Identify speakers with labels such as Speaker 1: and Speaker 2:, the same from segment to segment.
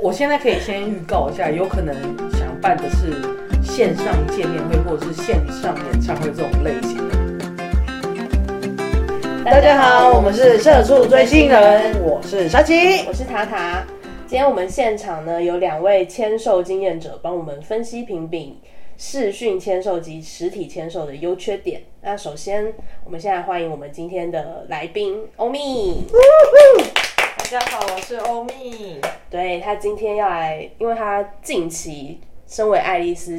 Speaker 1: 我现在可以先预告一下，有可能想办的是线上见面会或者是线上演唱会这种类型的。
Speaker 2: 大家好，我们是社畜追星人，
Speaker 1: 我
Speaker 2: 我是沙琪。
Speaker 3: 我是塔塔。今天我们现场呢有两位签售经验者帮我们分析评比视讯签售及实体签售的优缺点。那首先，我们现在欢迎我们今天的来宾欧米。
Speaker 4: 大家好，我是欧米。
Speaker 3: 对他今天要来，因为他近期身为爱丽丝，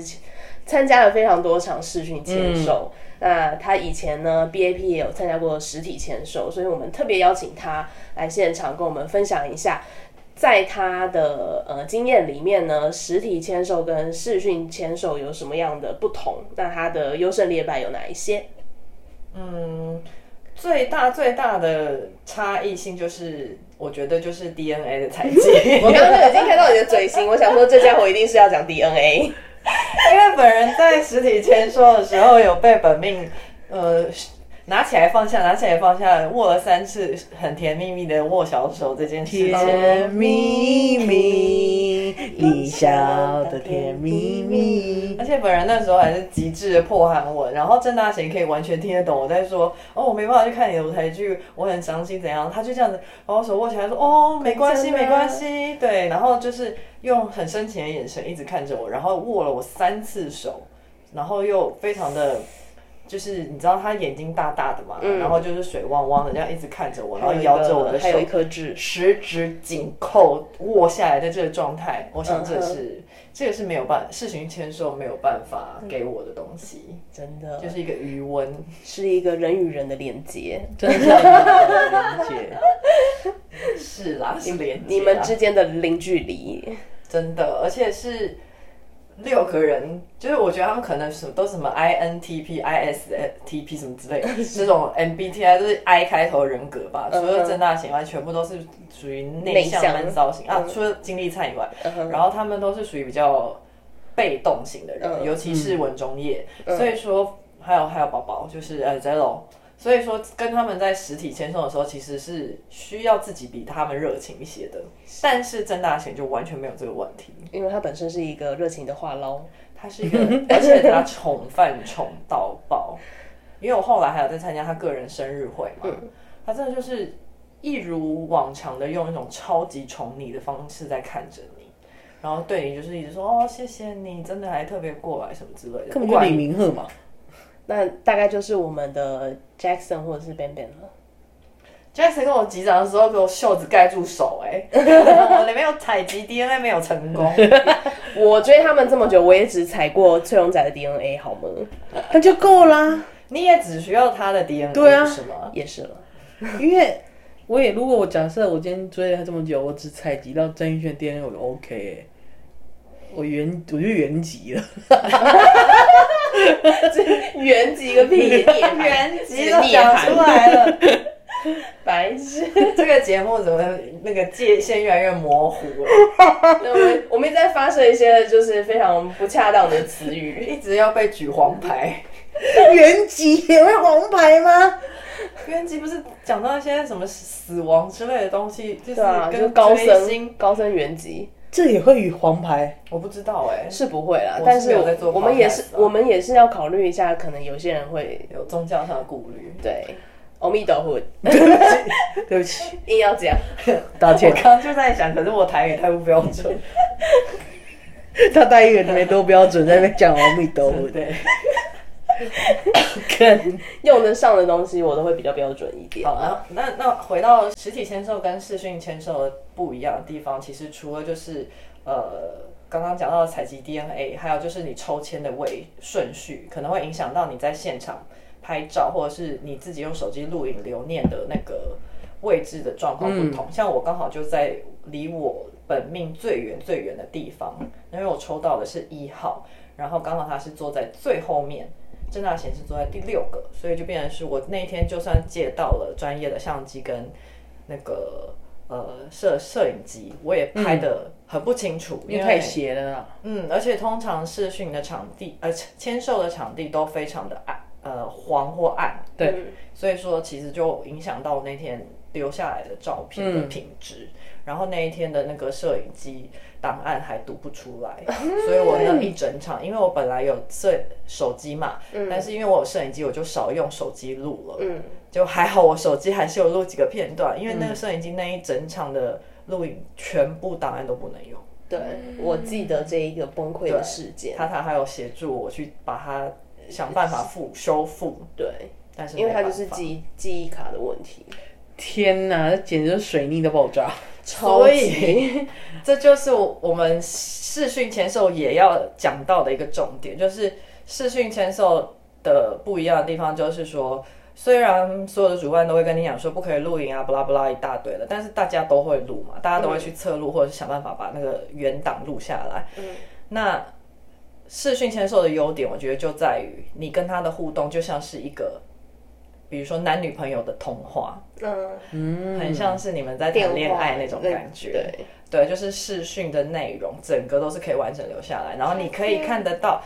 Speaker 3: 参加了非常多场视讯签售。那他以前呢，BAP 也有参加过实体签售，所以我们特别邀请他来现场跟我们分享一下，在他的呃经验里面呢，实体签售跟视讯签售有什么样的不同？那他的优胜劣败有哪一些？
Speaker 4: 最大最大的差异性就是，我觉得就是 DNA 的采集。
Speaker 3: 我刚刚已经看到你的嘴型，我想说这家伙一定是要讲 DNA。
Speaker 4: 因为本人在实体签收的时候有被本命，呃，拿起来放下，拿起来放下，握了三次，很甜蜜蜜的握小手这件事情。
Speaker 2: 甜蜜蜜，你笑的甜蜜 蜜
Speaker 4: 而。且本人那时候还是极致的破韩文，然后郑大贤可以完全听得懂我在说，哦，我没办法去看你的舞台剧，我很伤心怎样？他就这样子把我手握起来说，哦，没关系，
Speaker 3: 真的
Speaker 4: 没关系，对，然后就是用很深情的眼神一直看着我，然后握了我三次手，然后又非常的。就是你知道他眼睛大大的嘛，然后就是水汪汪的，这样一直看着我，然后摇着我的手，
Speaker 3: 嗯还哦有一颗痣。
Speaker 4: 十指紧扣握下来的这个状态，我想
Speaker 3: 嗯
Speaker 4: 这是、这个是没有办事情签售没有办法
Speaker 3: 嗯
Speaker 4: 给我的东西，
Speaker 3: 真的
Speaker 4: 就是一个余温。
Speaker 3: 是一个人与人的连接，
Speaker 1: 真的是很难理解。
Speaker 4: 是啦，是连接啦
Speaker 3: 你们之间的零距离，
Speaker 4: 真的，而且是六个人，就是我觉得他们可能什么都是什么 INTP、ISTP 什么之类的，这种 MBTI 都是 I 开头人格吧。除
Speaker 3: 嗯哼
Speaker 4: 了郑大贤以外，全部都是属于内向
Speaker 3: 内向
Speaker 4: 闷骚型啊
Speaker 3: 嗯，
Speaker 4: 除了金立灿以外
Speaker 3: 嗯哼，
Speaker 4: 然后他们都是属于比较被动型的人，
Speaker 3: 嗯
Speaker 4: 尤其是文中业，所以说还有还有宝宝就是呃 Zero。所以说，跟他们在实体签售的时候，其实是需要自己比他们热情一些的。但是郑大贤就完全没有这个问题，
Speaker 3: 因为他本身是一个热情的话唠，
Speaker 4: 他是 一个，而且他宠饭宠到爆。因为我后来还有在参加他个人生日会嘛，
Speaker 2: 嗯
Speaker 4: 他真的就是一如往常的用一种超级宠你的方式在看着你，然后对你就是一直说哦谢谢你，真的还特别过来什么之类
Speaker 2: 根
Speaker 4: 的，不
Speaker 2: 本就
Speaker 4: 管
Speaker 2: 李明赫 嘛，
Speaker 3: 那大概就是我们的 Jackson 或者是 Ben Ben 了。
Speaker 4: Jackson 跟我击掌的时候，给我袖子盖住手、 哎，我里面有采集 DNA 没有成功，
Speaker 3: 我追他们这么久，我也只踩过翠荣仔的 DNA 好吗？
Speaker 2: 那就够啦。
Speaker 4: 你也只需要他的 DNA
Speaker 2: 对啊
Speaker 4: 是吗？
Speaker 3: 也是了，
Speaker 2: 因为
Speaker 1: 我也如果我假设我今天追了他这么久，我只采集到郑轩 DNA，我就 OK 欸我原我就原籍 了，
Speaker 3: 原籍个 屁，
Speaker 4: 原
Speaker 3: 籍
Speaker 4: 籍
Speaker 3: 都
Speaker 4: 都
Speaker 3: 讲
Speaker 4: 讲
Speaker 3: 出
Speaker 4: 出来了。
Speaker 3: 白痴。
Speaker 4: 这个节目怎么那个界限越来越模糊了？
Speaker 3: 那我们我们一直在发射一些就是非常不恰当的词 语，
Speaker 4: 一直要被举黄牌。
Speaker 2: 原 籍也会黄牌吗？
Speaker 4: 原籍不是讲到一些什么死亡之类的东西，就是
Speaker 3: 对啊，就是
Speaker 4: 跟
Speaker 3: 高
Speaker 4: 追星
Speaker 3: 升高升原籍。
Speaker 2: 这也会与黄牌？
Speaker 4: 我不知道哎、
Speaker 3: 是不会啦，
Speaker 4: 我是
Speaker 3: 但是
Speaker 4: 没有在做
Speaker 3: 我们也是
Speaker 4: podcast 啊
Speaker 3: 我们也是要考虑一下，可能有些人会
Speaker 4: 有宗教上的顾虑。
Speaker 3: 对。阿弥陀佛，
Speaker 1: 对不起，
Speaker 3: 硬要讲，
Speaker 1: 道
Speaker 4: 我
Speaker 1: 歉。
Speaker 4: 刚刚就在想，可是我台语太不标 准。
Speaker 2: 他待遇也没多标准，在那边讲阿弥陀佛。
Speaker 4: 对，
Speaker 2: 看
Speaker 3: 用得上的东西我都会比较标准一点。
Speaker 4: 好，然后那那回到实体签售跟视讯签售的不一样的地方，其实除了就是呃。刚刚讲到的采集 DNA，还有就是你抽签的位顺序，可能会影响到你在现场拍照，或者是你自己用手机录影留念的那个位置的状况不同。像我刚好就在离我本命最远最远的地方，因为我抽到的是一号，然后刚好他是坐在最后面，郑大贤是坐在第六个，所以就变成是我那一天就算借到了专业的相机跟那个呃摄摄影机，我也拍的很不清楚，
Speaker 1: 因
Speaker 4: 嗯因
Speaker 1: 为
Speaker 4: 为
Speaker 1: 太邪了啦，
Speaker 4: 嗯，而且通常视讯的场地，呃，签售的场地都非常的暗，呃，黄或暗，
Speaker 1: 对
Speaker 3: 嗯，
Speaker 4: 所以说其实就影响到我那天留下来的照片的品质。然后那一天的那个摄影机档案还读不 出来，所以我那一整场，因为我本来有摄手机嘛，但是因为我有摄影机，我就少用手机录了。
Speaker 3: 嗯，
Speaker 4: 就还好，我手机还是有录几个片段，因为那个摄影机那一整场的录影全部档案都不能用。
Speaker 3: 对，我记得这一个崩溃的事件，
Speaker 4: 他他还有协助我去把它想办法复修复，
Speaker 3: 对，
Speaker 4: 但是
Speaker 3: 因为
Speaker 4: 他
Speaker 3: 它就是记记忆卡的问题，
Speaker 1: 天哪，这简直就是水逆的爆炸！
Speaker 3: 超级
Speaker 4: 以 这就是我我们视讯签售也要讲到的一个重点，就是视讯签售的不一样的地方，就是说。虽然所有的主办都会跟你讲说不可以录影啊，不啦不啦一大堆的，但是大家都会录嘛，大家都会去侧录或者是想办法把那个原档录下来。
Speaker 3: 嗯
Speaker 4: 那视讯签售的优点，我觉得就在于你跟他的互动就像是一个，比如说男女朋友的通话，
Speaker 3: 嗯，
Speaker 4: 很像是你们在谈恋爱那种
Speaker 3: 电话
Speaker 4: 感觉。
Speaker 3: 对。
Speaker 4: 对，就是视讯的内容，整个都是可以完整留下来，然后你可以看得到，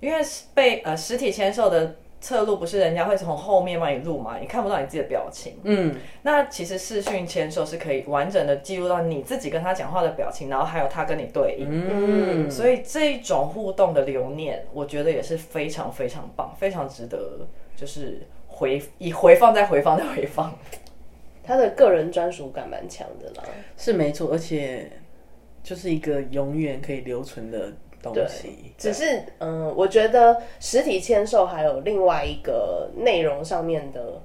Speaker 4: 因为是被呃实体签售的侧录不是人家会从后面帮你录嘛，你看不到你自己的表情。
Speaker 1: 嗯，
Speaker 4: 那其实视讯签售是可以完整的记录到你自己跟他讲话的表情，然后还有他跟你对应。
Speaker 1: 嗯，
Speaker 4: 所以这一种互动的留念，我觉得也是非常非常棒，非常值得，就是回以回放再回放再回放。
Speaker 3: 他的个人专属感蛮强的啦，
Speaker 1: 是没错，而且就是一个永远可以留存的东西。
Speaker 3: 只是嗯，我觉得实体签售还有另外一个内容上面的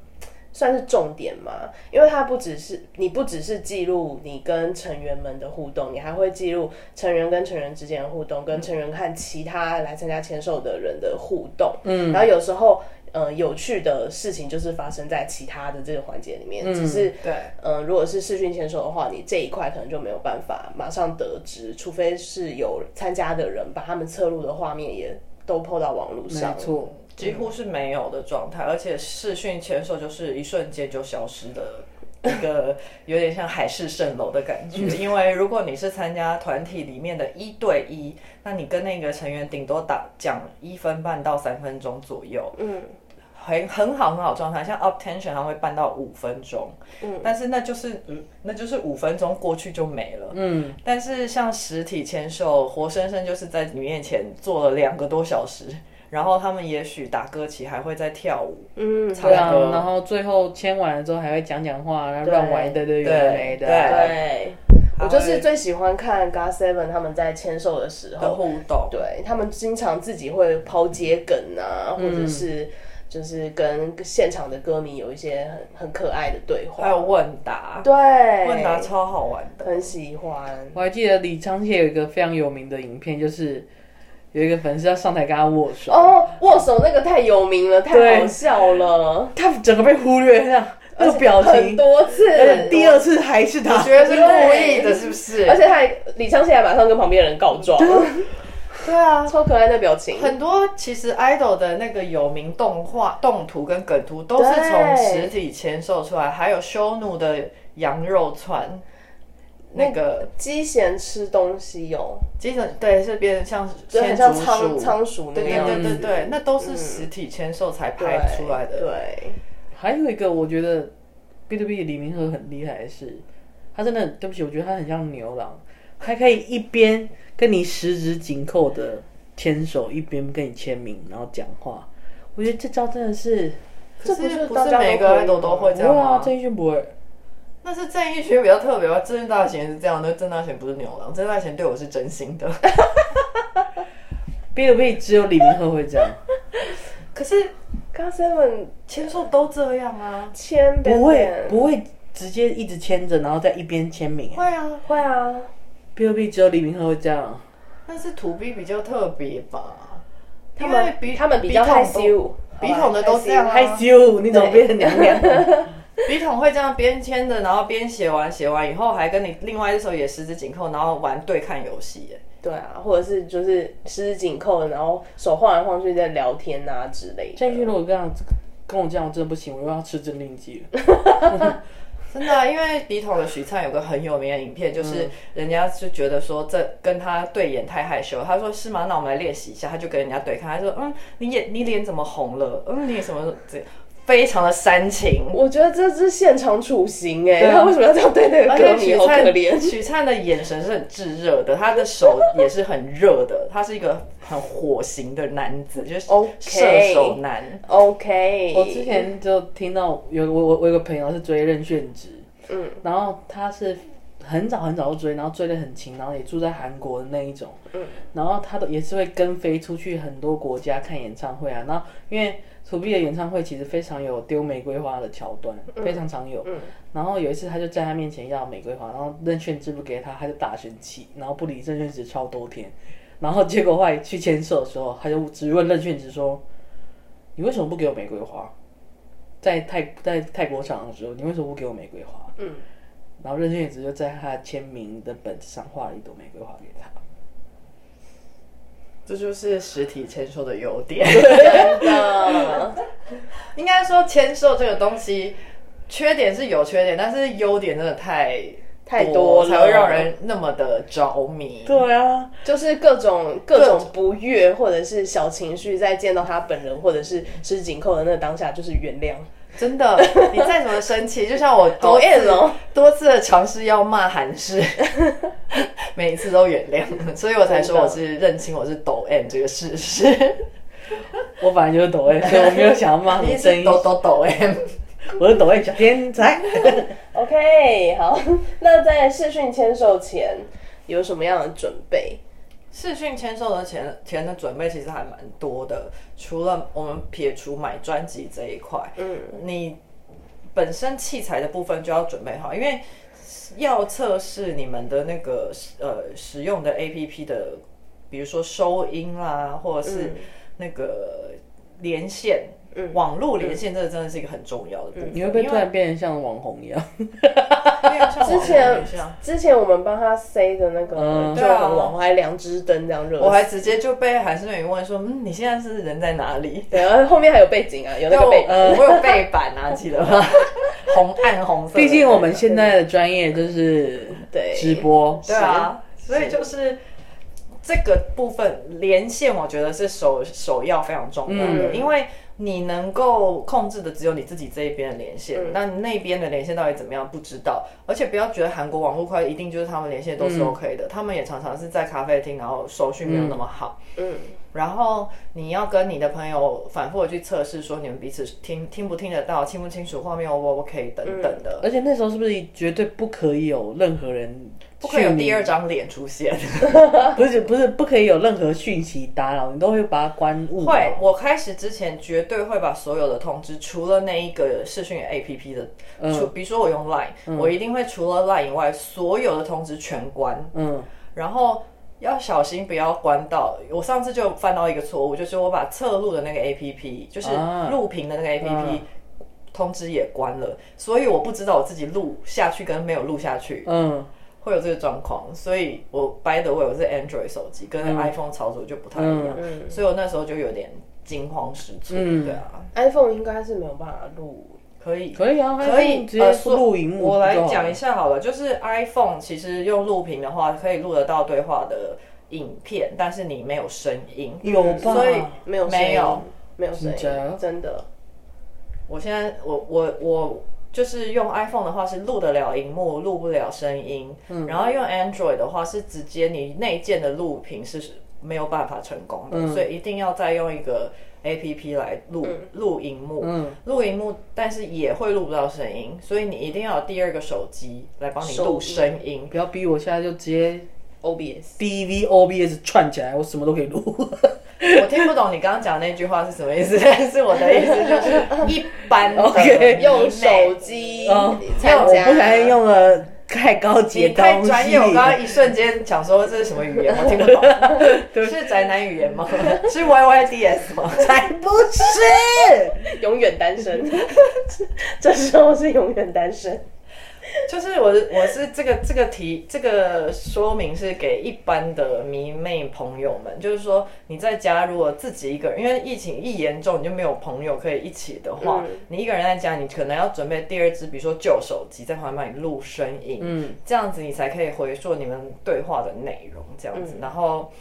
Speaker 3: 算是重点嘛，因为它不只是你不只是记录你跟成员们的互动，你还会记录成员跟成员之间的互动，跟成员和其他来参加签售的人的互动。嗯，然后有时候呃有趣的事情就是发生在其他的这个环节里面，只是
Speaker 4: 对，
Speaker 3: 嗯、如果是视讯签售的话，你这一块可能就没有办法马上得知，除非是有参加的人把他们侧录的画面也都 PO 到网络上。
Speaker 1: 没错，
Speaker 4: 几乎是没有的状态，而且视讯签售就是一瞬间就消失的。一个有点像海市蜃楼的感觉，因为如果你是参加团体里面的一对一，那你跟那个成员顶多打讲一分半到三分钟左右，
Speaker 3: 嗯，
Speaker 4: 很很好很好状态，像 up tension 它会办到五分钟，嗯，但是那就是嗯，那就是五分钟过去就没了，嗯，但是像实体签售，活生生就是在你面前坐了两个多小时，然后他们也许打歌曲还会在跳舞，
Speaker 3: 嗯，
Speaker 4: 差不
Speaker 1: 对
Speaker 4: 多
Speaker 1: 啊，然后最后签完了之后还会讲讲话，然后乱玩一堆的有的没的。
Speaker 4: 对
Speaker 3: 对，我就是最喜欢看 g a Seven 他们在签售的时
Speaker 4: 的
Speaker 3: 候，
Speaker 4: 互动，
Speaker 3: 对他们经常自己会抛接梗啊，或者是就是跟现场的歌迷有一些很很可爱的对
Speaker 4: 还有
Speaker 3: 话。
Speaker 4: 问答，
Speaker 3: 对，
Speaker 4: 哎问答超好玩的，
Speaker 3: 很喜欢。
Speaker 1: 我还记得李昌燮有一个非常有名的影片，就是有一个粉丝要上台跟他握手，
Speaker 3: 哦，握手那个太有名了，太好笑了，
Speaker 1: 他整个被忽略，这样那个表
Speaker 3: 很
Speaker 1: 情，
Speaker 3: 多次，
Speaker 1: 而且第二次还是他
Speaker 4: 我。觉得是故意的，是不是？
Speaker 3: 而且他还李昌现在马上跟旁边人告状，
Speaker 4: 对啊，
Speaker 3: 超可爱的表情，
Speaker 4: 很多其实 idol 的那个有名动画、动图跟梗图都是从实体签售出来，还有修努的羊肉串，那个
Speaker 3: 鸡贤吃东西哟，
Speaker 4: 基本对是变成像
Speaker 3: 就很
Speaker 4: 天
Speaker 3: 像
Speaker 4: 竺
Speaker 3: 仓
Speaker 4: 鼠，
Speaker 3: 仓鼠那
Speaker 4: 对
Speaker 3: 个
Speaker 4: 对
Speaker 3: 样
Speaker 4: 对
Speaker 3: 子，
Speaker 4: 对对，那嗯都是实体签售才
Speaker 3: 对
Speaker 4: 拍出来的。
Speaker 3: 对，
Speaker 1: 还有一个我觉得 B to B 李明和很厉害的是，他真的对不起，我觉得他很像牛郎，还可以一边跟你十指紧扣的牵手，一边跟你签名，然后讲话。我觉得这招真的是，
Speaker 4: 可
Speaker 3: 这不是
Speaker 4: 不
Speaker 3: 大
Speaker 4: 是
Speaker 3: 家
Speaker 4: 每
Speaker 3: 都可
Speaker 4: 个
Speaker 3: 以
Speaker 4: idol 都会
Speaker 1: 不
Speaker 4: 这样
Speaker 1: 会啊，
Speaker 4: 吗？
Speaker 1: 郑义迅不会。
Speaker 4: 那是郑义学比较特别吧？郑大贤是这样的，郑大贤不是牛郎，郑大贤对我是真心的。
Speaker 1: B to B 只有李明和会这样，
Speaker 4: 可是
Speaker 3: 刚 seven
Speaker 4: 签售都这样啊，
Speaker 3: 签
Speaker 1: 不会不会直接一直牵着，然后再一边签名。
Speaker 4: 会啊，
Speaker 3: 会啊，
Speaker 1: B to B 只有李明和会这
Speaker 4: 哦
Speaker 1: 样。
Speaker 4: 但是土 B 比较特别吧？
Speaker 3: 他
Speaker 4: 因为
Speaker 3: 们
Speaker 4: 笔
Speaker 3: 他们比较
Speaker 4: 笔筒
Speaker 3: 害
Speaker 4: 都
Speaker 3: 羞，
Speaker 4: 笔筒的都这样啊
Speaker 1: 害羞，你怎么变成娘 娘？
Speaker 4: 笔筒会这样边签着，然后边写完，写完以后还跟你另外一手也十指紧扣，然后玩对看游戏耶。
Speaker 3: 对啊，或者是就是十指紧扣，然后手晃来晃去在聊天啊之类
Speaker 1: 郑义迅
Speaker 3: 的，
Speaker 1: 如果这样跟我这样，我真的不行，我又要吃镇定剂了。
Speaker 4: 真的啊、因为笔筒的许灿有个很有名的影片，
Speaker 3: 嗯
Speaker 4: 就是人家就觉得说这跟他对眼太害羞，他说是吗？嗯那我们来练习一下，他就跟人家对看，他说嗯，你眼你脸怎么红了？嗯，你什么这非常的煽情。
Speaker 3: 我觉得这是现场处刑哎、
Speaker 4: 对啊
Speaker 3: 他为什么要这样对那个
Speaker 4: 而
Speaker 3: 歌
Speaker 4: 且
Speaker 3: 迷？
Speaker 4: 许
Speaker 3: 好可
Speaker 4: 灿，
Speaker 3: 怜。
Speaker 4: 许灿的眼神是很炙热的，他的手也是很热的，他是一个很火型的男子，就是
Speaker 3: OK
Speaker 4: 射手男。
Speaker 3: OK，
Speaker 1: 我之前就听到有我我我有个朋友是追任炫植，
Speaker 3: 嗯，
Speaker 1: 然后他是很早很早就追，然后追得很勤，然后也住在韩国的那一种，
Speaker 3: 嗯，
Speaker 1: 然后他都也是会跟飞出去很多国家看演唱会啊，然后因为 To B 的演唱会其实非常有丢玫瑰花的桥段，非常常有，
Speaker 3: 嗯
Speaker 1: 然后有一次他就在他面前要玫瑰花，然后任炫之不给他，他就大生气，然后不理任炫之超多天，然后结果后来去签售的时候，他就只问任炫之说：“你为什么不给我玫瑰花？”在泰在泰国场的时候，你为什么不给我玫瑰花？
Speaker 3: 嗯，
Speaker 1: 然后任炫之就在他签名的本子上画了一朵玫瑰花给他。
Speaker 4: 这就是实体签售的优点。
Speaker 3: 真的，
Speaker 4: 应该说签售这个东西，缺点是有缺点，但是优点真的太
Speaker 3: 太 多了
Speaker 4: 才会让人那么的着迷。
Speaker 1: 对啊，
Speaker 3: 就是各种各种不悦或者是小情绪，在见到他本人或者是施紧扣的那个当下，就是原谅。
Speaker 4: 真的，你再怎么生气，就 像我
Speaker 3: 好
Speaker 4: 多次
Speaker 3: 厌哦，
Speaker 4: 多次的尝试要骂韩 式，每一次都原谅，所以我才说我是认清我是抖 M 这个事实。
Speaker 1: 我本来就是抖 A，所以我没有想要骂
Speaker 4: 你
Speaker 1: 你声
Speaker 4: 是
Speaker 1: 音，
Speaker 4: 抖抖抖 M，
Speaker 1: 我是抖 A 小天 才。
Speaker 3: OK，好， 那在试训签售前有什么样的准备？
Speaker 4: 视讯签售的前前的准备其实还蛮多的，除了我们撇除买专辑这一块，
Speaker 3: 嗯，
Speaker 4: 你本身器材的部分就要准备好，因为要测试你们的那个呃使用的 APP 的，比如说收音啦，或者
Speaker 3: 嗯
Speaker 4: 是那个连线。网络连线这个真的是一个很重要的部
Speaker 3: 嗯
Speaker 4: 分，
Speaker 1: 你会不会突然变得像网红一 样？
Speaker 4: 因为像
Speaker 3: 之
Speaker 4: 之
Speaker 3: 前
Speaker 4: 前
Speaker 3: 之前我们帮他塞的那个
Speaker 1: 嗯
Speaker 3: 就很网红，还两只灯这样热死，
Speaker 4: 我还直接就被韩诗云问说：“嗯，你现在是人在哪里？”
Speaker 3: 对，然后后面还有背景啊，有那
Speaker 4: 对
Speaker 3: 个背景。
Speaker 4: 呃 我我有背板啊，记得吗？ 红暗红色的那个。
Speaker 1: 毕竟我们现在的专业就是
Speaker 3: 对
Speaker 1: 直播，
Speaker 4: 对啊，所以就是这个部分连线，我觉得是首首要非常重要的，
Speaker 3: 嗯
Speaker 4: 因为你能够控制的只有你自己这一边的连线，
Speaker 3: 嗯
Speaker 4: 那那边的连线到底怎么样不知道，而且不要觉得韩国网络快一定就是他们连线都是
Speaker 3: 嗯
Speaker 4: OK 的，他们也常常是在咖啡厅，然后收讯没有那么好。
Speaker 3: 嗯
Speaker 4: 然后你要跟你的朋友反复的去测试，说你们彼此听听不听得到，清不清楚画面 O 不 OK 等等的，
Speaker 1: 而且那时候是不是绝对不可以有任何人不
Speaker 4: 不可以有第二张脸出现。
Speaker 1: 不是不是不可以有任何讯息打扰，你都会把它关物。
Speaker 4: 会，我开始之前绝对会把所有的通知，除了那一个视讯 APP 的，除比如说我用 Line，、我一定会除了 Line 以外，所有的通知全关，
Speaker 1: 嗯，
Speaker 4: 然后要小心不要关到。我上次就犯到一个错误，就是我把侧录的那个 APP，就是
Speaker 1: 啊
Speaker 4: 录屏的那个 APP、
Speaker 1: 嗯
Speaker 4: 通知也关了，所以我不知道我自己录下去跟没有录下去。
Speaker 1: 嗯，
Speaker 4: 会有这个状况，所以我 by the way 我是 Android 手机，
Speaker 1: 嗯
Speaker 4: 跟 iPhone 操作就不太一样，
Speaker 3: 嗯
Speaker 4: 所以我那时候就有点惊慌失措，
Speaker 1: 嗯
Speaker 4: 对啊，
Speaker 3: ，iPhone 应该是没有办法录，
Speaker 4: 可以。
Speaker 1: 可以啊，
Speaker 4: 可以
Speaker 1: 直
Speaker 4: 呃
Speaker 1: 接
Speaker 4: 说
Speaker 1: 录荧幕。啊
Speaker 4: 我来讲一，下好了，就是 iPhone 其实用录屏的话，可以录得到对话的影片，但是你没有声音。
Speaker 1: 有吧？
Speaker 4: 所以
Speaker 3: 没有声音
Speaker 4: 没有
Speaker 3: 没有声
Speaker 1: 真
Speaker 3: 音，
Speaker 1: 的
Speaker 3: 真的，
Speaker 4: 我现在我我我就是用 iPhone 的话是录得了荧幕，录不了声音。
Speaker 3: 嗯
Speaker 4: 然后用 Android 的话是直接你内建的录屏是没有办法成功的，
Speaker 3: 嗯
Speaker 4: 所以一定要再用一个 APP 来录录荧幕。
Speaker 3: 嗯
Speaker 4: 录荧幕，但是也会录不到声音，所以你一定要有第二个手机来帮你录声音。
Speaker 1: 不要逼我，现在就直接
Speaker 3: OBS
Speaker 1: D V O B S 串起来，我什么都可以录。
Speaker 4: 我听不懂你刚刚讲那句话是什么意思，但是我的意思 就是一般的
Speaker 1: OK
Speaker 3: 哦用手机
Speaker 1: 哦
Speaker 3: 参
Speaker 1: 我
Speaker 3: 加，
Speaker 1: 不小心用了太高级
Speaker 4: 你
Speaker 1: 的
Speaker 4: 太
Speaker 1: 东西。
Speaker 4: 专业，我刚刚一瞬间想说这是什么语言，我听不懂。是宅男语言吗？是 YYDS 吗？
Speaker 1: 才不是。
Speaker 3: 永远单身，这时候是永远单身，
Speaker 4: 就是我是我是这个这个题这个说明是给一般的迷妹朋友们，就是说你在家如果自己一个人，因为疫情一严重你就没有朋友可以一起的话，
Speaker 3: 嗯
Speaker 4: 你一个人在家，你可能要准备第二支，比如说旧手机在旁边帮你录声音，
Speaker 1: 嗯
Speaker 4: 这样子你才可以回溯你们对话的内容，这样子，然后。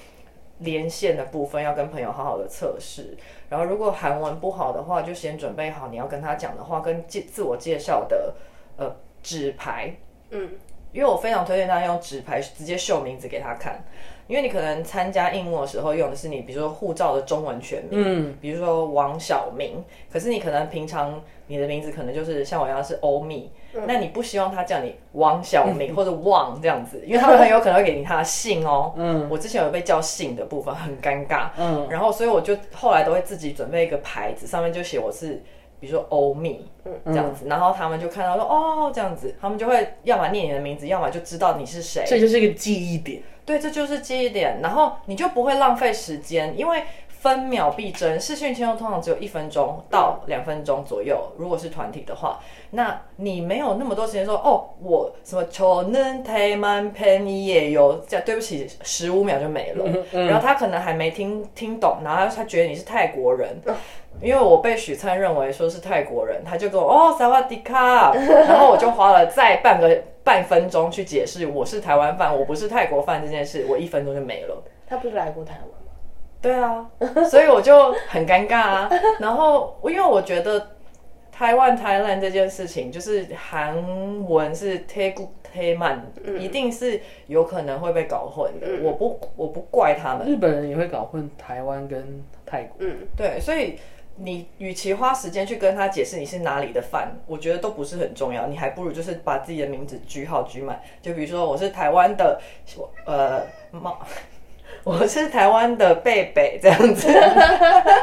Speaker 4: 连线的部分要跟朋友好好的测试。然后如果韩文不好的话，就先准备好你要跟他讲的话跟介自我介绍的呃纸牌，
Speaker 3: 嗯，
Speaker 4: 因为我非常推荐大家用纸牌直接秀名字给他看，因为你可能参加应募的时候用的是你比如说护照的中文全名，
Speaker 1: 嗯，
Speaker 4: 比如说王小明，可是你可能平常你的名字可能就是像我一样是欧米，
Speaker 1: 嗯
Speaker 4: 那你不希望他叫你王小 明或者王这样子，因为他们很有可能会给你他的姓哦。嗯，我之前有被叫姓的部分很尴尬，
Speaker 1: 嗯，
Speaker 4: 然后所以我就后来都会自己准备一个牌子，上面就写我是。比如说欧米
Speaker 1: 嗯
Speaker 4: 这样子，然后他们就看到说哦这样子，他们就会要么念你的名字，要么就知道你是谁。
Speaker 1: 这就是一个记忆点。
Speaker 4: 对，这就是记忆点，然后你就不会浪费时间，因为分秒必争。视讯签售通常只有一分钟到两分钟左右，如果是团体的话，那你没有那么多时间说哦，我什么求能台曼便宜也有，这样对不起，十五秒就没了。然后他可能还没听听懂，然后他觉得你是泰国人。因为我被许灿认为说是泰国人，他就跟我哦萨瓦迪卡， 然后我就花了再半个半分钟去解释我是台湾饭，我不是泰国饭这件事，我一分钟就没了。
Speaker 3: 他不是来过台湾吗？
Speaker 4: 对啊，所以我就很尴尬啊。然后因为我觉得台湾 Thailand 这件事情，就是韩文是 t a g t a m a n 一定是有可能会被搞混的。我不我不怪他们，
Speaker 1: 日本人也会搞混台湾跟泰国，
Speaker 3: 嗯，
Speaker 4: 对，所以你与其花时间去跟他解释你是哪里的饭，我觉得都不是很重要。你还不如就是把自己的名字举好举满，就比如说我是台湾的，我呃猫，我是台湾的贝贝这样子，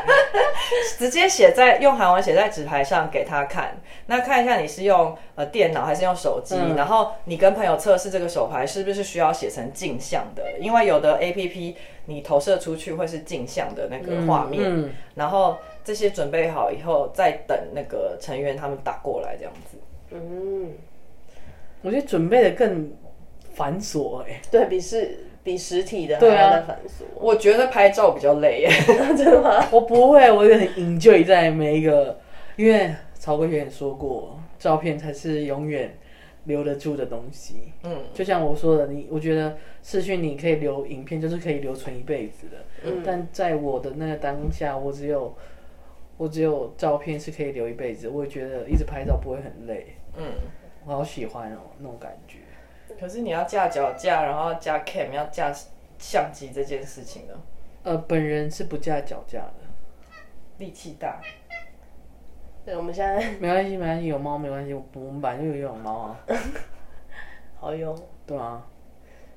Speaker 4: 直接写在用韩文写在纸牌上给他看。那看一下你是用呃电脑还是用手机，然后你跟朋友测试这个手牌是不是需要写成镜像的，因为有的 A P P 你投射出去会是镜像的那个画面。
Speaker 1: 嗯，
Speaker 4: 然后这些准备好以后，再等那个成员他们打过来这样子。
Speaker 3: 嗯，
Speaker 1: 我觉得准备的更繁琐哎、
Speaker 3: 对比是比实体的还
Speaker 1: 对啊
Speaker 3: 要再繁琐。
Speaker 4: 我觉得拍照比较累耶，
Speaker 1: 我不会，我也很 enjoy 在每一个，因为曹贵学也说过，照片才是永远留得住的东西。
Speaker 4: 嗯，
Speaker 1: 就像我说的，你我觉得视讯你可以留影片，就是可以留存一辈子的。嗯，但在我的那个当下，我只有我只有照片是可以留一辈子。我也觉得一直拍照不会很累，
Speaker 4: 嗯。
Speaker 1: 我好喜欢哦那种感觉。
Speaker 4: 可是你要架脚架，然后要架 cam，要架相机这件事情呢，
Speaker 1: 呃，本人是不架脚架的，
Speaker 4: 力气大。
Speaker 3: 对，我们现在
Speaker 1: 没关系，没关系，有猫没关系，我我们本来就有养猫啊，
Speaker 3: 好用
Speaker 1: 对啊，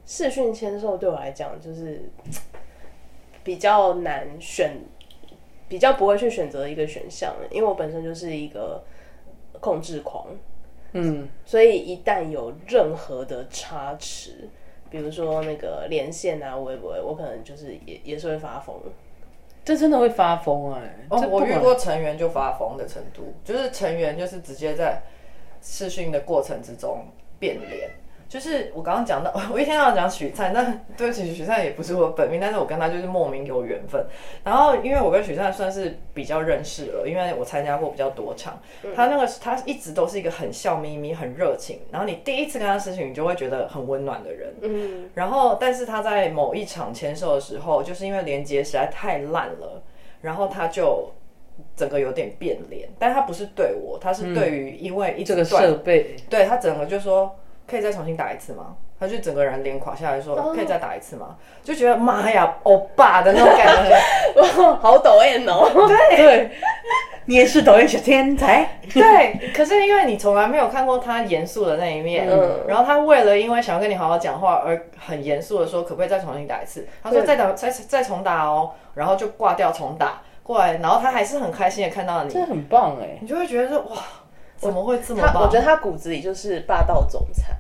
Speaker 3: 视讯签售对我来讲就是比较难选，比较不会去选择一个选项，因为我本身就是一个控制狂，
Speaker 1: 嗯，
Speaker 3: 所以一旦有任何的差池，比如说那个连线啊、微博，我可能就是也也是会发疯。
Speaker 1: 这真的会发疯哎、
Speaker 4: 哦
Speaker 1: 这，不
Speaker 4: 我
Speaker 1: 管
Speaker 4: 遇过成员就发疯的程度，就是成员就是直接在试训的过程之中变脸。就是我刚刚讲到， 我一天到晚讲许灿，但对不起，许灿也不是我本命，但是我跟他就是莫名有缘分。然后因为我跟许灿算是比较认识了，因为我参加过比较多场，他那个他一直都是一个很笑眯眯、很热情，然后你第一次跟他私讯，你就会觉得很温暖的人。
Speaker 3: 嗯，
Speaker 4: 然后，但是他在某一场签售的时候，就是因为连接实在太烂了，然后他就整个有点变脸，但他不是对我，他是对于因为一直
Speaker 1: 嗯这个
Speaker 4: 断
Speaker 1: 设备，
Speaker 4: 对他整个就说可以再重新打一次吗？他就整个人脸垮下来说、可以再打一次吗？就觉得妈呀，欧巴的那种感觉。
Speaker 3: 好抖 M 哦，
Speaker 1: 对，你也是抖音小天才，
Speaker 4: 对，可是因为你从来没有看过他严肃的那一面，
Speaker 3: 嗯
Speaker 4: 然后他为了因为想要跟你好好讲话而很严肃的说，可不可以再重新打一次？他说
Speaker 3: 对
Speaker 4: 再打再再重打哦，然后就挂掉重打过来，然后他还是很开心的看到
Speaker 1: 这
Speaker 4: 你，
Speaker 1: 很棒哎、
Speaker 4: 你就会觉得说哇，怎么会这么
Speaker 3: 他
Speaker 4: 棒？
Speaker 3: 我觉得他骨子里就是霸道总裁，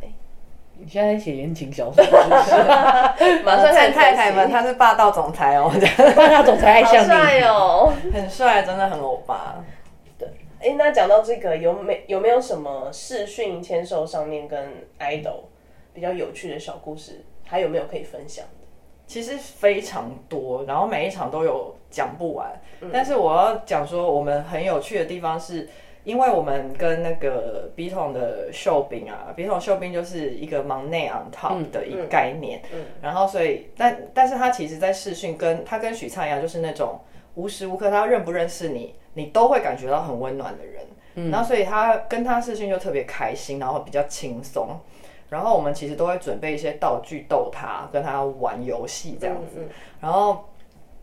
Speaker 1: 你现在在写言情小 说，是不是
Speaker 3: 马上开
Speaker 4: 呃正
Speaker 3: 始
Speaker 4: 太太们，
Speaker 3: 分析
Speaker 4: 他是霸道总裁哦，这样
Speaker 1: 霸道总裁爱
Speaker 3: 好
Speaker 1: 上
Speaker 3: 帅
Speaker 1: 你，
Speaker 3: 哦。
Speaker 4: 很帅，真的很欧巴。
Speaker 3: 哎、那讲到这个，有没有没有什么视讯签售上面跟 idol 比较有趣的小故事？还有没有可以分享的？
Speaker 4: 其实非常多，然后每一场都有讲不完。但是我要讲说，我们很有趣的地方是，因为我们跟那个 B 桶的秀冰啊，B 桶秀冰就是一个忙内 on top 的一概念，然后所以但但是他其实在试训跟他跟许灿一样，就是那种无时无刻他认不认识你，你都会感觉到很温暖的人，然后所以他跟他试训就特别开心，然后比较轻松。然后我们其实都会准备一些道具逗他，跟他玩游戏这样子。
Speaker 1: 嗯
Speaker 4: 然后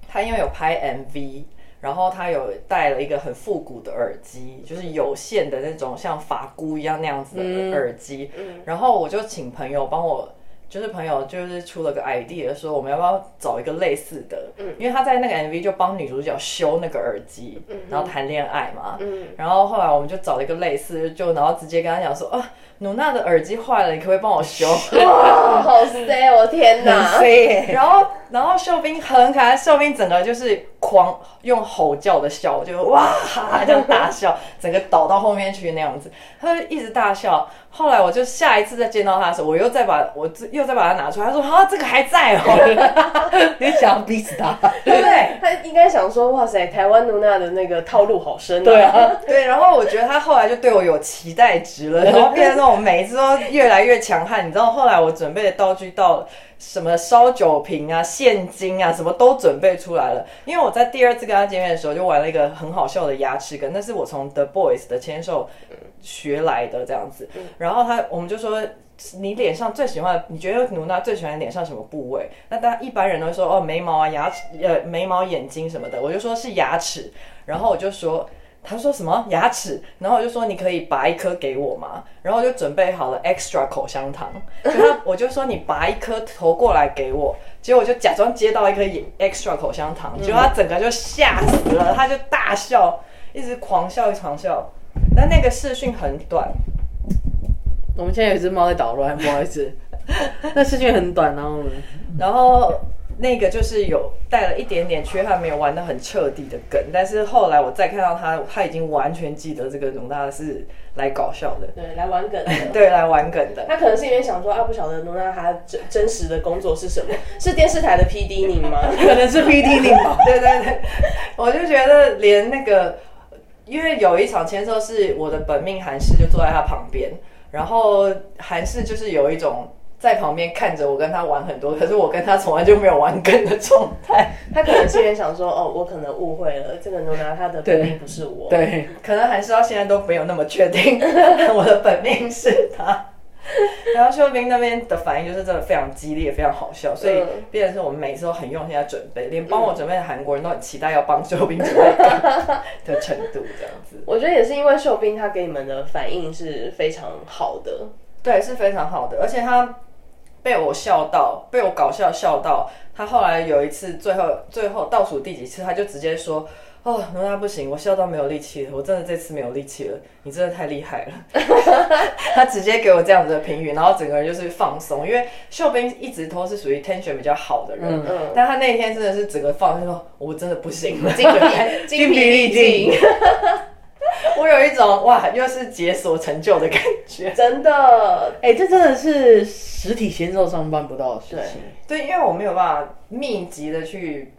Speaker 4: 他因为有拍 MV，然后他有戴了一个很复古的耳机，就是有线的那种像发箍一样那样子的耳机。然后我就请朋友帮我。就是朋友就是出了个 idea 说我们要不要找一个类似的，因为他在那个 MV 就帮女主角修那个耳机，然后谈恋爱嘛，然后后来我们就找了一个类似，就然后直接跟他讲说啊，努娜的耳机坏了，你可不可以帮我修？
Speaker 1: 嗯
Speaker 3: 哇，哦好 C，我天哪！
Speaker 1: 啊
Speaker 2: 对，
Speaker 4: 然后，然后秀斌很可爱，秀斌整个就是狂用吼叫的笑，就哇哈哈这样大笑，整个倒到后面去那样子，他就一直大笑。后来我就下一次再见到他的时候，我又再把我自又再把它拿出来，他说啊这个还在哦，
Speaker 2: 你想要逼死他，
Speaker 4: 对不对？
Speaker 3: 他应该想说，哇塞，台湾露娜的那个套路好深、啊。
Speaker 1: 对，啊，
Speaker 4: 对，然后我觉得他后来就对我有期待值了，然后变成那种每一次都越来越强悍。你知道后来我准备的道具到什么烧酒瓶啊、现金啊，什么都准备出来了。因为我在第二次跟他见面的时候，就玩了一个很好笑的牙齿梗，那是我从 The Boys 的签售学来的这样子。然后他我们就说。你脸上最喜欢的，你觉得努娜最喜欢脸上什么部位？那大家一般人都会说哦眉毛啊、牙齿、呃眉毛、眼睛什么的，我就说是牙齿。然后我就说他说什么牙齿，然后我就说你可以拔一颗给我吗？然后我就准备好了 extra 口香糖，就他我就说你拔一颗投过来给我，结果我就假装接到一颗 extra 口香糖，结果他整个就吓死了，他就大笑，一直狂笑，一直狂笑。但那个视讯很短，
Speaker 1: 我们现在有一只猫在捣乱，不好意思。 那视讯很短，然啊后呢？
Speaker 4: 然后那个就是有带了一点点缺憾，没有玩的很彻底的梗，但是后来我再看到他，他已经完全记得这个容大是来搞笑的，
Speaker 3: 对，来玩梗的。
Speaker 4: 对，来玩梗的。
Speaker 3: 他可能是因为想说啊，不晓得露娜她真真实的工作是什么？是电视台的 P D 你吗？
Speaker 1: 可能是 P D 你吧。
Speaker 4: 对对对，我就觉得连那个，因为有一场签售是我的本命韩式就坐在他旁边，然后韩式就是有一种在旁边看着我跟他玩很多，可是我跟他从来就没有玩梗的状态。
Speaker 3: 他可能是因为想说，哦，我可能误会了，这个露娜她的本命不是我。
Speaker 1: 对，
Speaker 4: 可能还是到现在都没有那么确定 我的本命是他。 然后秀斌那边的反应就是真的非常激烈，非常好笑，所以
Speaker 3: 嗯
Speaker 4: 变成是我们每次都很用心在准备，连帮我准备的韩国人都很期待要帮秀斌准备的程度这样子。
Speaker 3: 我觉得也是因为秀斌他给你们的反应是非常好的，
Speaker 4: 对，是非常好的，而且他被我笑到，被我搞笑笑到，他后来有一次最后最后倒数第几次，他就直接说。哦，那他不行，我笑到没有力气了，我真的这次没有力气了，你真的太厉害了。他直接给我这样子的评语，然后整个人就是放松，因为秀斌一直都是属于 tension 比较好的人，
Speaker 3: 嗯
Speaker 4: 但他那一天真的是整个放松，他说我真的不行了，
Speaker 3: 精疲 精疲力尽，
Speaker 4: 我有一种哇，又是解锁成就的感觉。
Speaker 3: 真的
Speaker 1: 哎、这真的是实体签售上办不到的事情。
Speaker 4: 对，因为我没有办法密集的去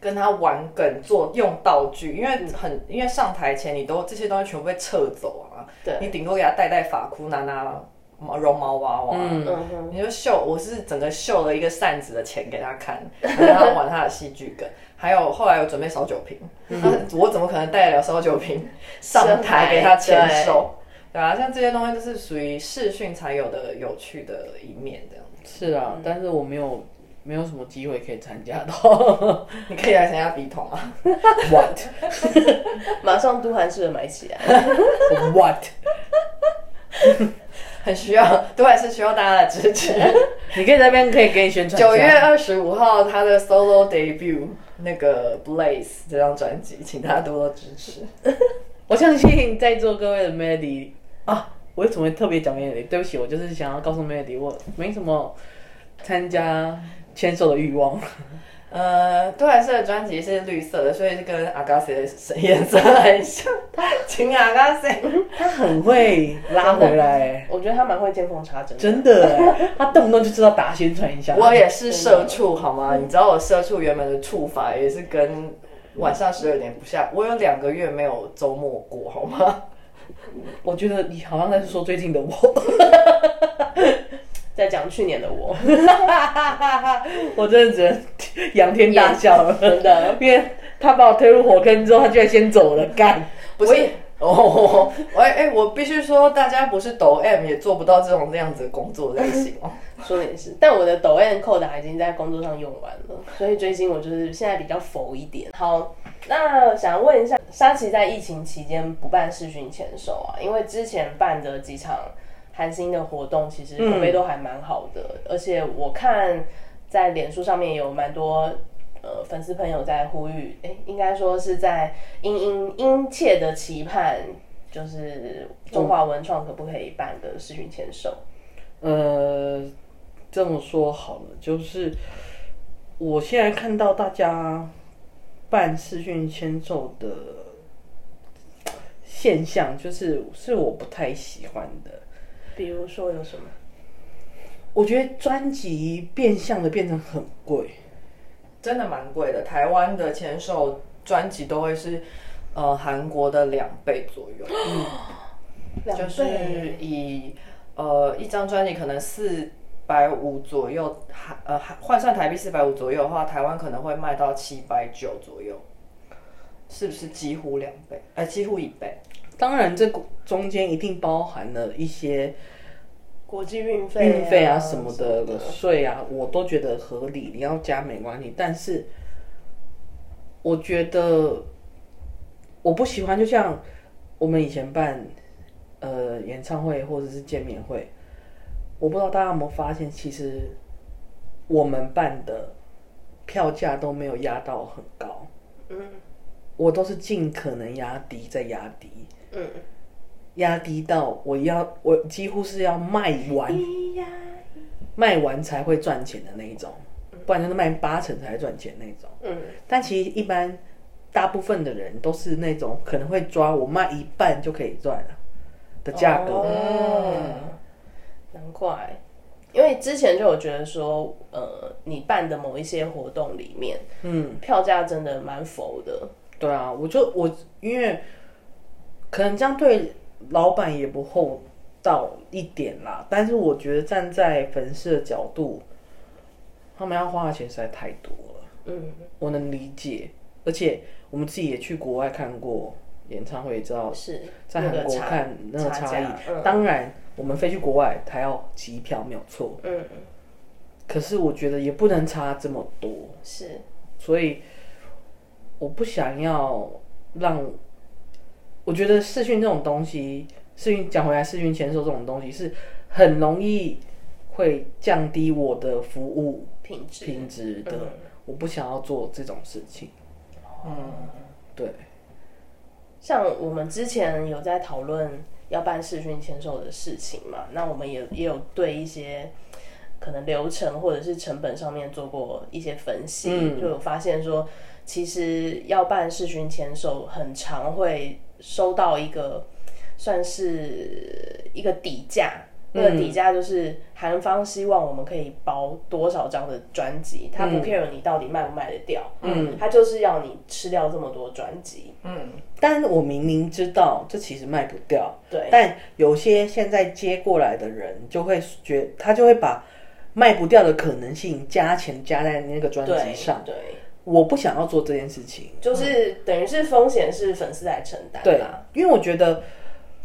Speaker 4: 跟他玩梗做用道具，因为很、因为上台前你都这些东西全部被撤走啊，
Speaker 3: 对
Speaker 4: 你顶多给他戴戴发箍、拿拿毛绒毛娃娃，
Speaker 3: 嗯哼
Speaker 4: 你就秀，我是整个秀了一个扇子的钱给他 看，让他玩他的戏剧梗。还有后来我准备烧酒瓶，那我怎么可能带得了烧酒 瓶上台给他签售？对啊，像这些东西都是属于视讯才有的有趣的一面，这样。
Speaker 1: 是啊，但是我没有没有什么机会可以参加到。
Speaker 4: 你可以来参加笔筒啊。
Speaker 1: What
Speaker 3: 马上都韩式的买起来。
Speaker 1: What？
Speaker 4: 很需要，都还是需要大家的支持。
Speaker 1: 你可以在那边可以给你宣传一下。
Speaker 4: 九月二十五号，他的 solo debut 那个 Blaze 这张专辑，请大家多多支持。
Speaker 1: 我相信在座各位的 Melody 啊，我为什么会特别讲 Melody？对不起，我就是想要告诉 Melody，我没什么参加签售的欲望。
Speaker 4: 呃，杜兰社的专辑是绿色的，所以是跟 Agassi 的颜色很像，请 Agassi。
Speaker 1: 他很会拉回来，
Speaker 3: 我觉得他蛮会见缝插针，
Speaker 1: 真的欸，他动不动就知道打宣传一下。
Speaker 4: 我也是社畜，好吗？你知道我社畜原本的处罚也是跟晚上十二点不下，我有两个月没有周末过，好吗？
Speaker 1: 我觉得你好像在说最近的我，
Speaker 3: 在讲去年的我，
Speaker 1: 我真的只能 仰天大笑了，
Speaker 3: 真的
Speaker 1: 因为他把我推入火坑之后，他居然先走了，干！
Speaker 4: 不是哦，哎哎，我必须说，大家不是抖 M 也做不到这种这样子的工作类型哦。
Speaker 3: 说的也是，但我的抖 N 扣打已经在工作上用完了，所以最近我就是现在比较佛一点。好，那想问一下，沙琪在疫情期间不办视讯签售啊，因为之前办的几场韩星的活动，其实口碑都还蛮好的，而且我看在脸书上面有蛮多。呃，粉丝朋友在呼吁，哎、应该说是在殷殷殷切的期盼，就是中华文创可不可以办个视讯签售？
Speaker 1: 呃，这么说好了，就是我现在看到大家办视讯签售的现象，就是是我不太喜欢的。
Speaker 3: 比如说有什么？
Speaker 1: 我觉得专辑变相的变成很贵，
Speaker 4: 真的蛮贵的。台湾的签售专辑都会是呃韩国的两倍左右，
Speaker 3: 两倍
Speaker 4: 就是以呃一张专辑可能四百五左右，韩呃韩换算台币四百五左右的话，台湾可能会卖到七百九左右，是不是几乎两倍？呃，几乎一倍。
Speaker 1: 当然这中间一定包含了一些
Speaker 3: 国际运费、
Speaker 1: 运费啊什么的税啊，我都觉得合理，你要加没关系。但是我觉得我不喜欢，就像我们以前办呃演唱会或者是见面会，我不知道大家有没有发现，其实我们办的票价都没有压到很高，
Speaker 3: 嗯
Speaker 1: 我都是尽可能压低再压低，
Speaker 3: 嗯，
Speaker 1: 压低到我要我几乎是要卖完。
Speaker 3: 咿呀
Speaker 1: 卖完才会赚钱的那一种，不然就是卖八成才会赚钱那一种。
Speaker 3: 嗯，
Speaker 1: 但其实一般大部分的人都是那种可能会抓我卖一半就可以赚了的价格。
Speaker 3: 哦，难怪，因为之前就有觉得说，呃，你办的某一些活动里面，嗯，票价真的蛮浮的，
Speaker 1: 对啊，我就我因为可能这样对老板也不厚道一点啦，但是我觉得站在粉丝的角度，他们要花的钱实在太多了。
Speaker 3: 嗯，
Speaker 1: 我能理解，而且我们自己也去国外看过演唱会，知道
Speaker 3: 是
Speaker 1: 在
Speaker 3: 那
Speaker 1: 韩
Speaker 3: 个
Speaker 1: 国
Speaker 3: 差
Speaker 1: 看那个
Speaker 3: 差
Speaker 1: 差异
Speaker 3: 价。嗯
Speaker 1: 当然，我们飞去国外，它要机票没有错，
Speaker 3: 嗯，
Speaker 1: 可是我觉得也不能差这么多，
Speaker 3: 是
Speaker 1: 所以我不想要让。我觉得视讯这种东西，视讯讲回来，视讯签售这种东西是很容易会降低我的服务
Speaker 3: 品质，
Speaker 1: 品质的，
Speaker 3: 嗯
Speaker 1: 我不想要做这种事情。
Speaker 4: 嗯，
Speaker 1: 对，
Speaker 3: 像我们之前有在讨论要办视讯签售的事情嘛，那我们也也有对一些可能流程或者是成本上面做过一些分析，
Speaker 1: 嗯
Speaker 3: 就有发现说，其实要办视讯签售，很常会收到一个算是一个底价。那个底价就是韩方希望我们可以包多少张的专辑，他不 care 你到底卖不卖得掉，嗯，他就是要你吃掉这么多专辑，
Speaker 1: 但我明明知道这其实卖不掉，
Speaker 3: 对，
Speaker 1: 但有些现在接过来的人就会觉，他就会把卖不掉的可能性加钱加在那个专辑上。
Speaker 3: 对，
Speaker 1: 我不想要做这件事情，
Speaker 3: 就是等于是风险是粉丝来承担
Speaker 1: 对
Speaker 3: 啦。，
Speaker 1: 因为我觉得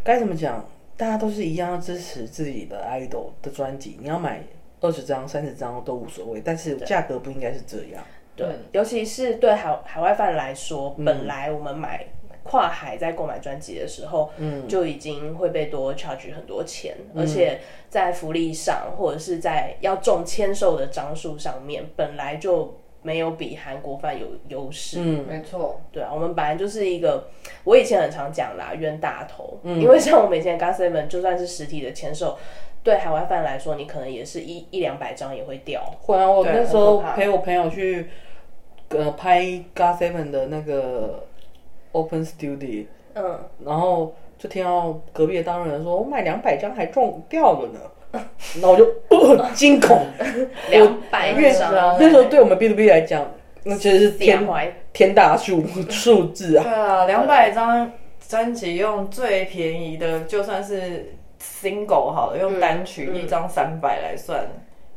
Speaker 1: 该怎么讲，大家都是一样要支持自己的 idol 的专辑，你要买二十张、三十张都无所谓，但是价格不应该是这样。
Speaker 3: 对，尤其是对海海外饭来说，
Speaker 1: 嗯
Speaker 3: 本来我们买跨海在购买专辑的时候，嗯，就已经会被多 charge 很多钱，而且在福利上或者是在要中签售的张数上面，本来就没有比韩国饭有优势。
Speaker 1: 嗯，
Speaker 4: 没错，
Speaker 3: 对啊，我们本来就是一个，我以前很常讲啦，冤大头，因为像我们以前 g o s e v e n 就算是实体的签售，对海外贩来说，你可能也是一一两百张也会掉。
Speaker 1: 会啊，我
Speaker 4: 对
Speaker 1: 那
Speaker 4: 很
Speaker 1: 时候
Speaker 4: 可怕
Speaker 1: 陪我朋友去呃拍 God Seven 的那个 Open Studio，
Speaker 3: 嗯，
Speaker 1: 然后就听到隔壁的当事人说：“我买两百张还中掉了呢。” 然后我就、呃、惊恐，
Speaker 3: 两百
Speaker 1: 因为
Speaker 4: 啊
Speaker 3: 张，
Speaker 1: 那时候对我们 B to B 来讲，那其实是
Speaker 3: 天
Speaker 1: 天
Speaker 3: 怀，
Speaker 1: 天大数数字啊。
Speaker 4: 对啊，两百张专辑用最便宜的，就算是 single 好了，用单曲一张三百来算，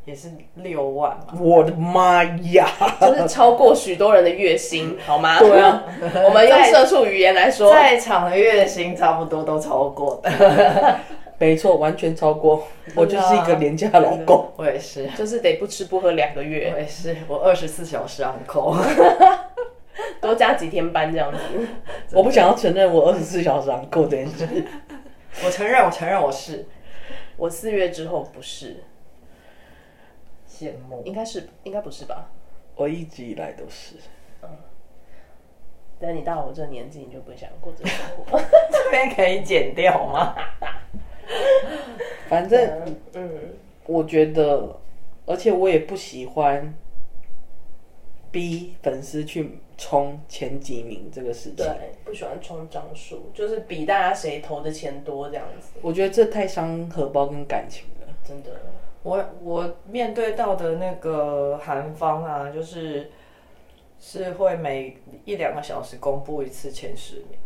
Speaker 4: 也是六万嘛。
Speaker 1: 我的妈呀！
Speaker 3: 就是超过许多人的月薪，好吗？
Speaker 1: 对啊，
Speaker 3: 我们用社畜语言来说，
Speaker 4: 在场的月薪差不多都超过 的，
Speaker 1: 没错，完全超过，
Speaker 4: 啊
Speaker 1: 我就是一个廉价老公。
Speaker 4: 我也是，
Speaker 3: 就是得不吃不喝两个
Speaker 4: 我
Speaker 3: 月，
Speaker 4: 也是，我二十四小时 on call。
Speaker 3: 多加几天班这样子。
Speaker 1: 我不想要承认我二十四小时昂扣这件事。
Speaker 4: 我承认，我承认我是
Speaker 3: 我四月之后不是，
Speaker 4: 羡慕。
Speaker 3: 应该是应该不是吧？
Speaker 1: 我一直以来都是，
Speaker 3: 等你到我这年纪，你就不会想过这个生 活。
Speaker 4: 这边可以剪掉吗？
Speaker 1: 反正
Speaker 3: 嗯，
Speaker 1: 我觉得，而且我也不喜欢逼粉丝去冲前几名这个事情
Speaker 3: 对。，不喜欢冲张数，就是比大家谁投的钱多这样子，
Speaker 1: 我觉得这太伤荷包跟感情了。
Speaker 3: 真的。
Speaker 4: 我我面对到的那个韩方啊，就是是会每一两个小时公布一次前十名。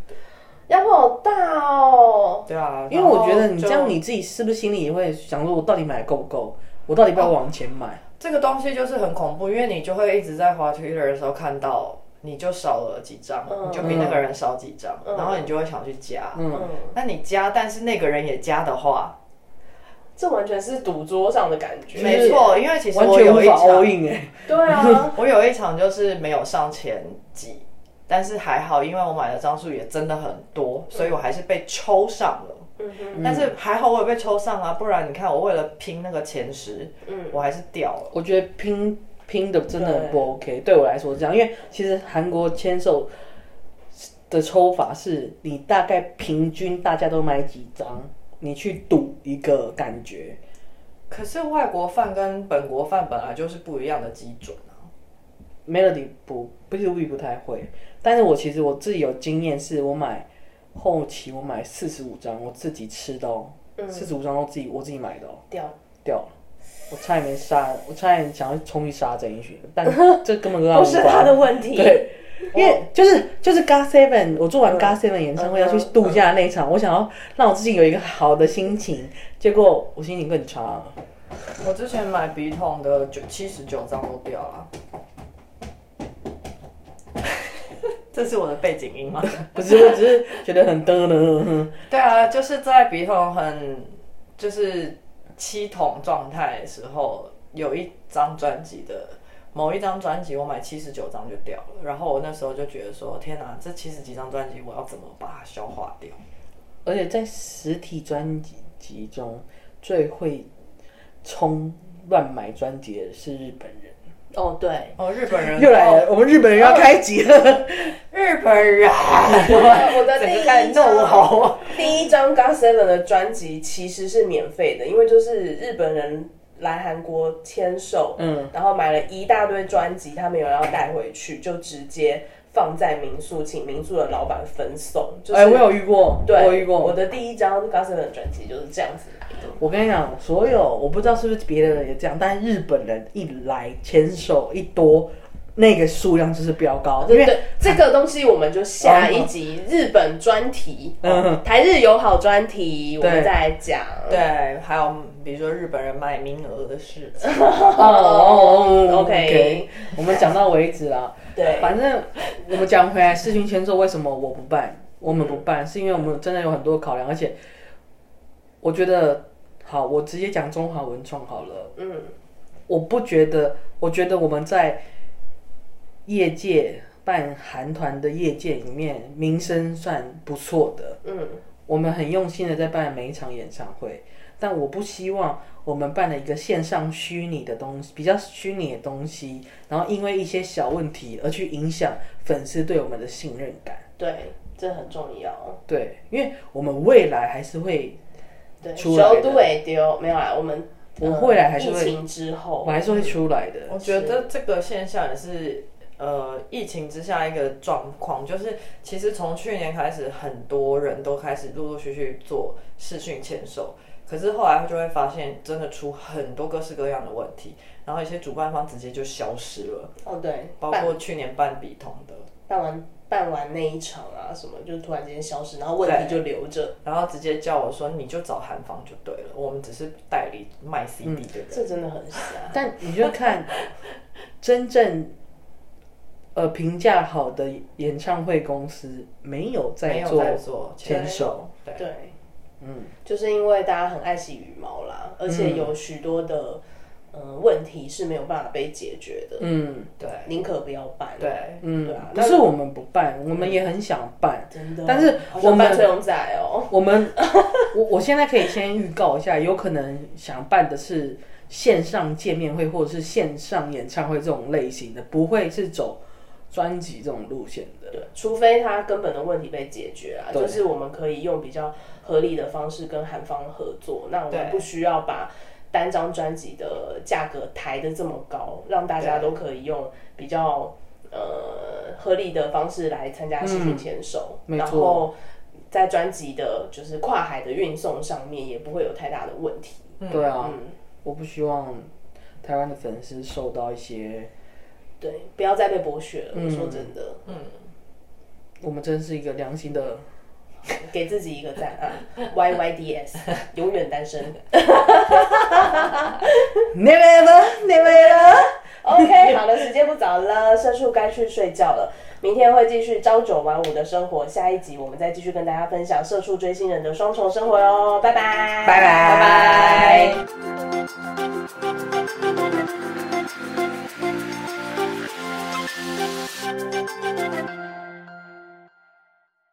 Speaker 3: 压力好大哦！
Speaker 4: 对啊，
Speaker 1: 因为我觉得你
Speaker 4: 然后就
Speaker 1: 这样你自己是不是心里也会想说，我到底买够不够？我到底要
Speaker 4: 哦
Speaker 1: 不要往前买？
Speaker 4: 这个东西就是很恐怖，因为你就会一直在滑 Twitter 的时候看到，你就少了几张，
Speaker 3: 嗯
Speaker 4: 你就比那个人少几张，
Speaker 3: 嗯
Speaker 4: 然后你就会想去加。
Speaker 1: 嗯，
Speaker 3: 嗯，
Speaker 4: 那你加，但是那个人也加的话，
Speaker 3: 这完全是赌桌上的感
Speaker 1: 就
Speaker 3: 觉。
Speaker 1: 是
Speaker 4: 没错，因为其实
Speaker 1: 完
Speaker 4: 我
Speaker 1: 全
Speaker 4: 有
Speaker 1: 无
Speaker 4: 一
Speaker 1: 法 all
Speaker 4: 场，
Speaker 1: in 哎、
Speaker 3: 对 啊，
Speaker 4: 我有一场就是没有上前几，但是还好，因为我买的张数也真的很多，所以我还是被抽上了。
Speaker 3: 嗯哼，
Speaker 4: 但是还好我也被抽上啊，不然你看我为了拼那个前十，
Speaker 3: 嗯
Speaker 4: 我还是掉了。
Speaker 1: 我觉得拼拼的真的很不 OK，对我来说是这样，因为其实韩国签售的抽法是你大概平均大家都买几张，你去赌一个感觉。
Speaker 4: 可是外国饭跟本国饭本来就是不一样的基准啊。
Speaker 1: Melody 不不是 we 不太会，但是我其实我自己有经验，是我买后期我买四十五张，我自己吃的哦，
Speaker 3: 嗯
Speaker 1: 四十五张都自己我自己买的哦，
Speaker 3: 掉
Speaker 1: 掉了，我差点没杀，我差点想要冲去杀郑一群，但这根本跟他无
Speaker 3: 不是他
Speaker 1: 关。
Speaker 3: 的问题。
Speaker 1: 对，因为就是就是 God Seven，我做
Speaker 3: 嗯
Speaker 1: 完 God Seven 演唱会要去度假那一场，我想要让我自己有一个好的心情，结果我心情更差。
Speaker 4: 我之前买笔筒的九七十九张都掉了。 这是我的背景音吗？
Speaker 1: 不是，我只是觉得嗯很嘚呢。
Speaker 4: 对啊，就是在笔筒很就是七筒状态的时候，有一张专辑的某一张专辑，我买七十九张就掉了。然后我那时候就觉得说，天哪、这七十几张专辑，我要怎么把它消化掉？
Speaker 1: 而且在实体专辑集中，最会冲乱买专辑的是日本人。
Speaker 3: 哦，对，
Speaker 4: 哦，日本人
Speaker 1: 又来了，我们日本人要开集了。
Speaker 4: 日本人，
Speaker 3: 我的
Speaker 4: 整
Speaker 3: 第
Speaker 4: 个
Speaker 3: 一
Speaker 4: 开始
Speaker 3: 张
Speaker 4: 怒吼。
Speaker 3: 第一张 GOT7 的专辑其实是免费的，因为就是日本人来韩国签售，
Speaker 1: 嗯，
Speaker 3: 然后买了一大堆专辑，他没有要带回去，就直接放在民宿，请民宿的老板分送。就是、
Speaker 1: 哎、我有遇过，
Speaker 3: 对，
Speaker 1: 我有遇过，
Speaker 3: 我的第一张 GOT7 的专辑就是这样子来的。
Speaker 1: 我跟你讲，所有我不知道是不是别的人也这样，但日本人一来牵手一多，那个数量就是飙高，因
Speaker 3: 对
Speaker 1: 为
Speaker 3: 对，这个东西我们就下一集日本专题，
Speaker 1: 哦
Speaker 3: 哦
Speaker 1: 嗯
Speaker 3: 台日友好专题，我
Speaker 1: 对
Speaker 3: 们再来讲。
Speaker 4: 对，还有比如说日本人卖名额的事情，
Speaker 1: 哦哦哦
Speaker 3: OK
Speaker 1: 我们讲到为止啦。
Speaker 3: 对，
Speaker 1: 反正我们讲回来，视讯签售为什么我不办，我们不办，是因为我们真的有很多考量，而且我觉得，好，我直接讲中华文创好了。
Speaker 3: 嗯，
Speaker 1: 我不觉得，我觉得我们在业界办韩团的业界里面，名声算不错的。
Speaker 3: 嗯，
Speaker 1: 我们很用心的在办每一场演唱会，但我不希望我们办了一个线上虚拟的东西，比较虚拟的东西，然后因为一些小问题而去影响粉丝对我们的信任感。
Speaker 3: 对，这很重要。
Speaker 1: 对，因为我们未来还是会，
Speaker 3: 对，
Speaker 1: 出来的
Speaker 3: 首都也丢没有啊啦，我们呃
Speaker 1: 我未来还是
Speaker 3: 疫
Speaker 1: 会，
Speaker 3: 情之
Speaker 1: 我
Speaker 3: 后，
Speaker 1: 还是会出来的。
Speaker 4: 我觉得这个现象也是呃疫情之下一个状况，就是其实从去年开始，很多人都开始陆陆续续做视讯签售，可是后来就会发现真的出很多各式各样的问题，然后一些主办方直接就消失了，
Speaker 3: 哦对，
Speaker 4: 包
Speaker 3: 办
Speaker 4: 括去年办笔筒的，
Speaker 3: 办完办完那一场啊什么，就突然间消失，然后问题就留着，
Speaker 4: 然后直接叫我说你就找韩方就对了，我们只是代理卖 CD
Speaker 1: 嗯
Speaker 4: 的人。
Speaker 3: 这真的很瞎。
Speaker 1: 但你就看真正呃评价好的演唱会公司没有
Speaker 4: 没
Speaker 1: 在
Speaker 4: 有
Speaker 1: 做
Speaker 4: 在做
Speaker 1: 牵手，
Speaker 4: 对，
Speaker 3: 对，嗯，就是因为大家很爱惜羽毛啦，而且
Speaker 1: 嗯
Speaker 3: 有许多的嗯、呃问题是没有办法被解决的，
Speaker 1: 嗯
Speaker 4: 对
Speaker 3: 宁可不要办。
Speaker 4: 对
Speaker 3: 对
Speaker 1: 嗯
Speaker 3: 啊，，
Speaker 1: 不是我们不办，我们也很想办，
Speaker 3: 真的。
Speaker 1: 但是
Speaker 3: 好
Speaker 1: 我
Speaker 3: 想办
Speaker 1: 们
Speaker 3: 崔永仔哦，
Speaker 1: 我们 我我现在可以先预告一下，有可能想办的是线上见面会或者是线上演唱会这种类型的，不会是走专辑这种路线的。
Speaker 3: 对，呃除非他根本的问题被解决啊，
Speaker 1: 对
Speaker 3: 就是我们可以用比较合理的方式跟韩方合作，那我们
Speaker 4: 对
Speaker 3: 不需要把。单张专辑的价格抬得这么高，让大家都可以用比较呃合理的方式来参加视频签售，
Speaker 1: 嗯没错
Speaker 3: 然后在专辑的就是跨海的运送上面也不会有太大的问题。嗯
Speaker 1: 对啊，我不希望台湾的粉丝受到一些，
Speaker 3: 对，不要再被剥削了。
Speaker 1: 嗯
Speaker 3: 我说真的，
Speaker 1: 我们真是一个良心的。
Speaker 3: 给自己一个赞啊！Y Y D S，永远单身。
Speaker 1: Never ever, never ever。
Speaker 3: OK，好的，时间不早了，社畜该去睡觉了。明天会继续朝九晚五的生活，下一集我们再继续跟大家分享社畜追星人的双重生活哟。拜拜，
Speaker 1: 拜拜
Speaker 3: 拜拜。